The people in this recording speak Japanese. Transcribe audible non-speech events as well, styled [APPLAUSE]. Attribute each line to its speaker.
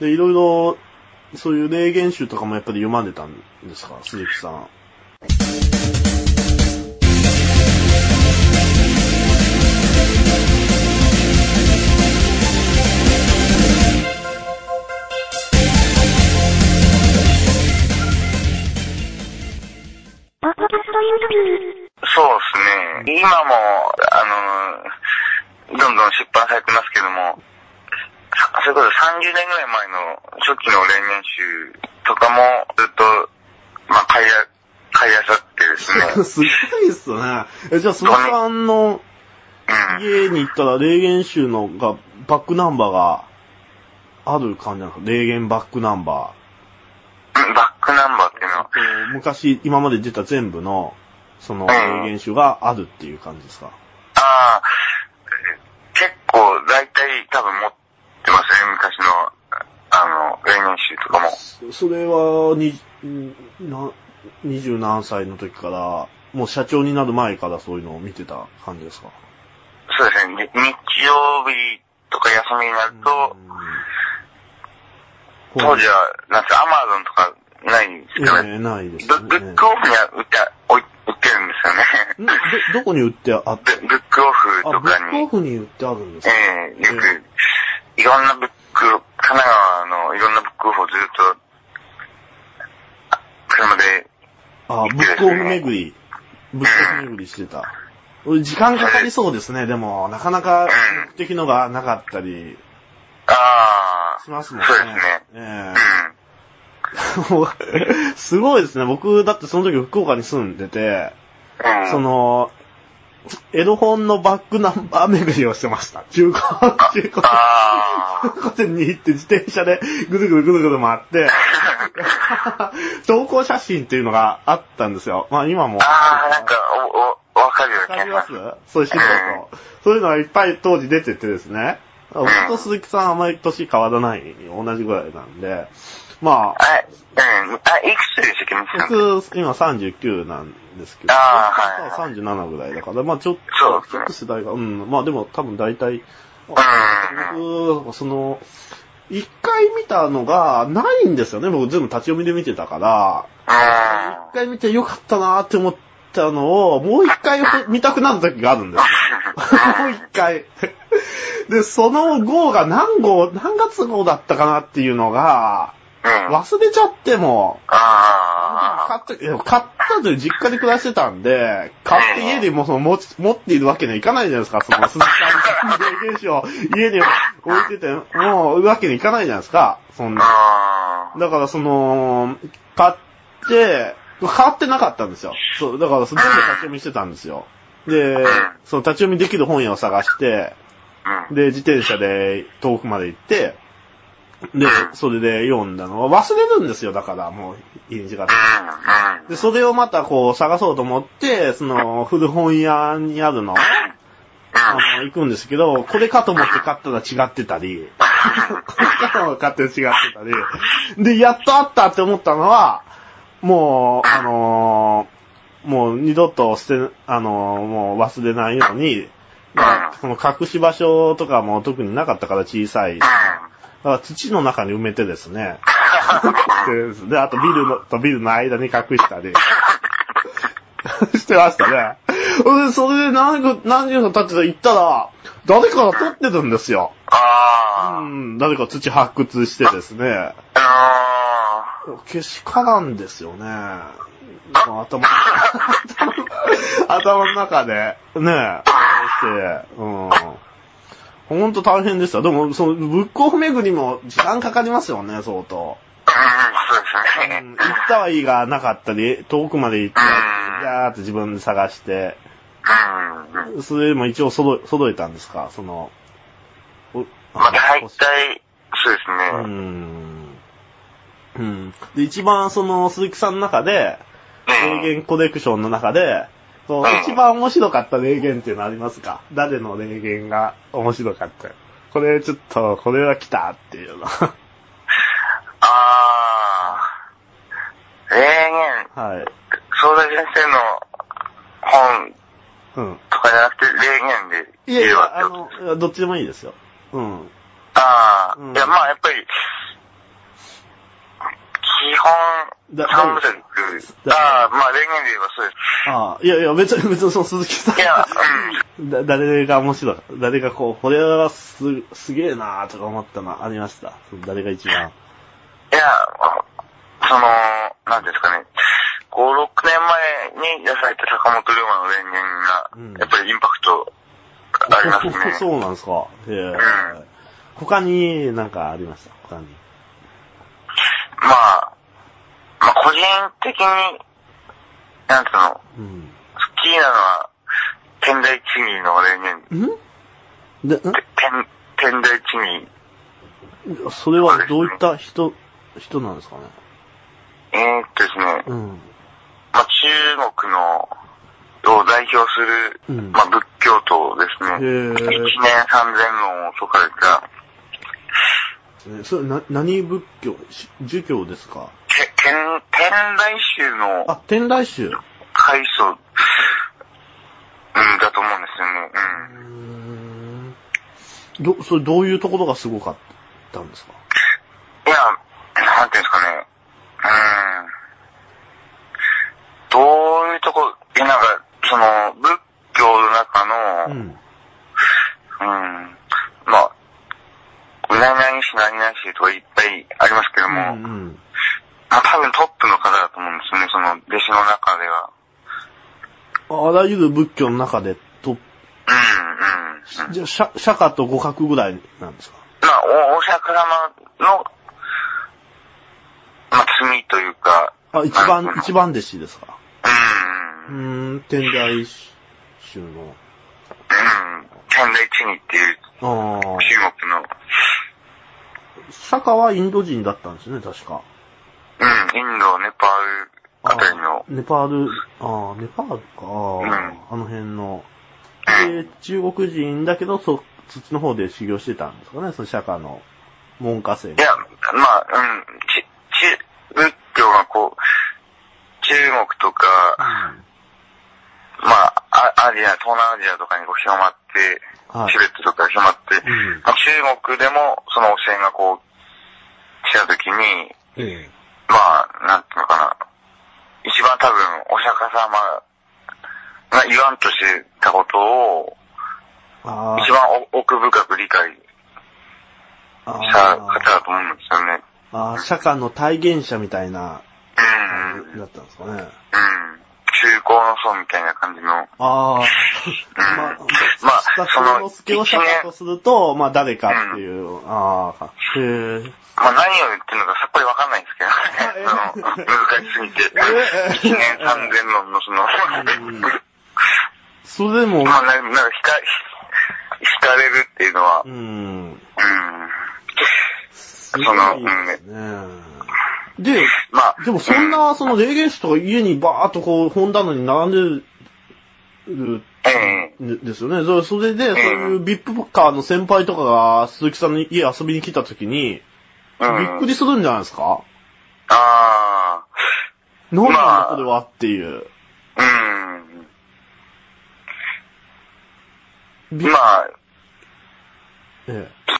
Speaker 1: で、いろいろ、そういう霊言集とかもやっぱり読まれたんですか、鈴木さん。
Speaker 2: ポッドキャスト YouTube。
Speaker 3: そうですね。今も、あの、どんどん出版されてますけども、さそれこそ30年ぐらい前の初期の例年集とかもずっと、まあ、買いあ、買いあさってです
Speaker 1: [LAUGHS] [LAUGHS]
Speaker 3: ね。
Speaker 1: すごいっすね。え、じゃあ、鈴木さんの
Speaker 3: うん。
Speaker 1: 家に行ったら、霊言集のが、バックナンバーが、ある感じなんですか霊言バックナンバ
Speaker 3: バックナンバーっていうの
Speaker 1: ー
Speaker 3: は。
Speaker 1: こう。昔、今まで出た全部の、その、
Speaker 3: うん
Speaker 1: 霊言集があるっていう感じですか
Speaker 3: ああ、結構大体多分持ってますね、昔の、あの、例年集とかも。
Speaker 1: そそれは、に、んな、二十何歳の時から、もう社長になる前からそういうのを見てた感じですか
Speaker 3: そうですね、に日曜日とか休みになると、
Speaker 1: うん
Speaker 3: 当時は、なんかアマゾンとかないんですか
Speaker 1: え
Speaker 3: ね。
Speaker 1: えないです
Speaker 3: ブ
Speaker 1: ね。
Speaker 3: ブックオフには売って、おい売ってるんですよね。 [LAUGHS]
Speaker 1: んど、どこに売ってあっ
Speaker 3: ブブックオフ
Speaker 1: あ、
Speaker 3: と
Speaker 1: ブ
Speaker 3: か
Speaker 1: ックオ
Speaker 3: に、
Speaker 1: フに売ってあるんですか
Speaker 3: ええよく、いろんなブック、神奈川のいろんなブックオフをずっと、車で、
Speaker 1: あ、ブックオフ巡り。ブックオフ巡りしてた。時間かかりそうですね。でも、なかなか
Speaker 3: うん
Speaker 1: 目的のがなかったり
Speaker 3: ああ、
Speaker 1: し
Speaker 3: そうで
Speaker 1: ます
Speaker 3: す
Speaker 1: もん
Speaker 3: ね
Speaker 1: ね。。
Speaker 3: う
Speaker 1: え
Speaker 3: ん。
Speaker 1: え [LAUGHS] すごいですね。僕、だってその時福岡に住んでて、
Speaker 3: うん。
Speaker 1: その、エロ本のバックナンバー巡りをしてました。中古、中古。
Speaker 3: ああ、
Speaker 1: ホテルに行って自転車でぐるぐるぐるぐる回っ
Speaker 3: [LAUGHS]
Speaker 1: て、投稿写真っていうのがあったんですよ。まあ今も。
Speaker 3: ああ、なんか、お、お、わかるよう
Speaker 1: わ
Speaker 3: な
Speaker 1: か
Speaker 3: 気
Speaker 1: り
Speaker 3: が
Speaker 1: ま
Speaker 3: し
Speaker 1: す
Speaker 3: ます。
Speaker 1: そういう資料と。そういうのがいっぱい当時出ててですね。僕と鈴木さんあまり年変わらない、同じぐらいなんで。まあ、
Speaker 3: あ、うん。あ、いくつでしたっけ、ミキさん。
Speaker 1: 僕、今39なんですけど、
Speaker 3: あー
Speaker 1: 鈴木さんは37ぐらいだから、まあちょっ
Speaker 3: そう
Speaker 1: と、
Speaker 3: です
Speaker 1: ちょ
Speaker 3: ね
Speaker 1: っと世代が、うん、まあでも多分大体、
Speaker 3: うん。
Speaker 1: 僕、その、一回見たのがないんですよね。僕全部立ち読みで見てたから、
Speaker 3: うん
Speaker 1: 一。回見てよかったなーって思ったのを、もう一回見たくなる時があるんですよ。 [LAUGHS] もう一回。で、その号が何号、何月号だったかなっていうのが、
Speaker 3: うん。
Speaker 1: 忘れちゃっても、買
Speaker 3: ああ。
Speaker 1: った、いや買ったという実家で暮らしてたんで、買って家でもうその持ち持っているわけにはいかないじゃないですか、その鈴木さんの霊現象を家に置いてて、もうわけにいかないじゃないですか、そんな。
Speaker 3: ああ。
Speaker 1: だからその、買って、買ってなかったんですよ。そう、だからその全部立ち読みしてたんですよ。で、その立ち読みできる本屋を探して、
Speaker 3: うん。
Speaker 1: で、自転車で遠くまで行って、で、それで読んだのは忘れるんですよ、だからもう、日にちが経って。
Speaker 3: うん。
Speaker 1: で、それをまたこう探そうと思って、その、古本屋にあるの、あの、行くんですけど、これかと思って買ったら違ってたり、 [LAUGHS] これかと思って買って違ってたり、で、やっとあったって思ったのは、もう、あのーもう二度と捨て、あのーもう忘れないように、まあ、その隠し場所とかも特になかったから小さい。だから土の中に埋めてですね。でで、あとビルの、とビルの間に隠したり。 [LAUGHS] してましたね。で、それで何個、何十年経ってたら行ったら、誰かが撮ってるんですよ。う
Speaker 3: ああ。
Speaker 1: ん、誰か土発掘してですね。
Speaker 3: あ
Speaker 1: けしからんですよね。頭の、頭の中で、ねえ、して、うん。ほんと大変でした。でも、その、ブックオフ巡りも時間かかりますよね、相当。
Speaker 3: あ。そうです
Speaker 1: うん行
Speaker 3: ね。
Speaker 1: ったはいいがなかったり、遠くまで行って、じゃーって自分で探して、
Speaker 3: うん。
Speaker 1: それでも一応揃え、揃えたんですかその、お
Speaker 3: まあ、
Speaker 1: あ
Speaker 3: 大
Speaker 1: の
Speaker 3: 体、そうです
Speaker 1: うー
Speaker 3: ね。
Speaker 1: ん。うん。で、一番その、鈴木さんの中で、霊言コレクションの中で、こう
Speaker 3: うん
Speaker 1: 一番面白かった霊言っていうのありますか誰の霊言が面白かったこれちょっと、これは来たっていうの。は
Speaker 3: ああ。霊言、
Speaker 1: い。
Speaker 3: 相田先生の本
Speaker 1: うん。
Speaker 3: とかじゃなくて、霊言で
Speaker 1: いやい
Speaker 3: 言うわ
Speaker 1: や、あ
Speaker 3: ってこと
Speaker 1: の、どっちでもいいですよ。うん。
Speaker 3: ああ、
Speaker 1: うん
Speaker 3: いや、まあ、やっぱり、基本、
Speaker 1: だ
Speaker 3: 三部作。
Speaker 1: だ
Speaker 3: ああ、まあ、例言で言えばそうです。
Speaker 1: ああ、いやいや、別に、別にその鈴木さ
Speaker 3: いや、
Speaker 1: ん、だ誰が面白い、誰がこう、これはす、すげえなーとか思ったのありました。誰が一番。
Speaker 3: いや、その、なんですかね、5、6年前に出された坂本龍馬の連
Speaker 1: うん
Speaker 3: 言が、やっぱりインパクトありますね。
Speaker 1: そうなんですか。へえ
Speaker 3: ん
Speaker 1: 他になんかありました。他に。
Speaker 3: まあ、まあ、個人的に、なんつうの、
Speaker 1: うん。
Speaker 3: 好きなのは、天台地義の連言。
Speaker 1: んで、ん
Speaker 3: て天、天台地義。
Speaker 1: それはどういった人、人なんですかね。
Speaker 3: えー、っとですね、
Speaker 1: うん。
Speaker 3: まあ、中国の、を代表する、
Speaker 1: うん
Speaker 3: まあ、仏教徒ですね。
Speaker 1: へー
Speaker 3: 1年3000音を説かれた、
Speaker 1: えそれ、な、何仏教し儒教ですか
Speaker 3: て天、天台宗の
Speaker 1: あ、天台宗。
Speaker 3: 開祖、うん、だと思うんですよね。うん。
Speaker 1: うん。ど、それどういうところがすごかったんですか
Speaker 3: いや、なんていうんですかね。うーん。どういうとこ、いやなんか、その、仏教の中
Speaker 1: う
Speaker 3: の、うん、
Speaker 1: ん。
Speaker 3: まあ、何々し何々しとかいっぱいありますけど
Speaker 1: う
Speaker 3: も、
Speaker 1: んうん。
Speaker 3: まあ多分トップの方だと思うんですよね、その、弟子の中では。
Speaker 1: あらゆる仏教の中でトッ
Speaker 3: うん、うん。
Speaker 1: プ、じゃあ、釈釈迦と互角ぐらいなんですか
Speaker 3: まあ、お、お釈迦様の、まあ、罪というか、
Speaker 1: あ、一
Speaker 3: う
Speaker 1: 番
Speaker 3: ん、
Speaker 1: 一番弟子ですか
Speaker 3: うん
Speaker 1: う、ーん、天台宗の。
Speaker 3: うん、天台地にっていう
Speaker 1: ああ。
Speaker 3: 中国の、
Speaker 1: 釈迦はインド人だったんですね、確か。
Speaker 3: うん、インド、ネパールあたりの
Speaker 1: あ、ネパール、ああ、ネパールか、ああの辺の。で、中国人だけど、そ、そっちの方で修行してたんですかね、その釈迦の文科生。
Speaker 3: いや、まあ、うん、ち、ち、仏教がこう、中国とか、まあ、あアジア、東南アジアとかにこう広まって、
Speaker 1: はい
Speaker 3: チベットとか広まって、
Speaker 1: うん
Speaker 3: まあ、中国でもその教えがこう、来た時に、
Speaker 1: え
Speaker 3: まあ、なんていうのかな。一番多分、お釈迦様が言わんとしてたことを、
Speaker 1: あ
Speaker 3: 一番お奥深く理解
Speaker 1: あ、あ
Speaker 3: した方
Speaker 1: あ
Speaker 3: だと思うんですよね。
Speaker 1: ああ、釈迦の体現者みたいな
Speaker 3: う
Speaker 1: 感
Speaker 3: ん。うん。
Speaker 1: じだったんですかね。
Speaker 3: 中高の層みたいな感じの。うん。
Speaker 1: ああ、まあ、
Speaker 3: まあ
Speaker 1: スタッフの助を釈迦とすると、まあ誰かっていう、ああ、へえ。
Speaker 3: まあ何を言ってるのかさっぱりわかんないんですけどね。
Speaker 1: あ
Speaker 3: その難しすぎて。
Speaker 1: え
Speaker 3: 一年三千の、のその、
Speaker 1: うんそれでも、
Speaker 3: まあななんかひか、ひひかれるっていうのは
Speaker 1: う、ん、
Speaker 3: うん。
Speaker 1: すごいですね。で、
Speaker 3: まあ、
Speaker 1: でもそんな、その霊言師とか家にバーっとこう、本棚に並んでる
Speaker 3: ええ
Speaker 1: んですよね。それそれで、そういうビップカーの先輩とかが鈴木さんの家遊びに来た時に、び
Speaker 3: うん
Speaker 1: っくりするんじゃないですか
Speaker 3: あ
Speaker 1: 何なんだ
Speaker 3: まあ
Speaker 1: それはっていう。
Speaker 3: あ、うん。
Speaker 1: び
Speaker 3: まあ、
Speaker 1: ええ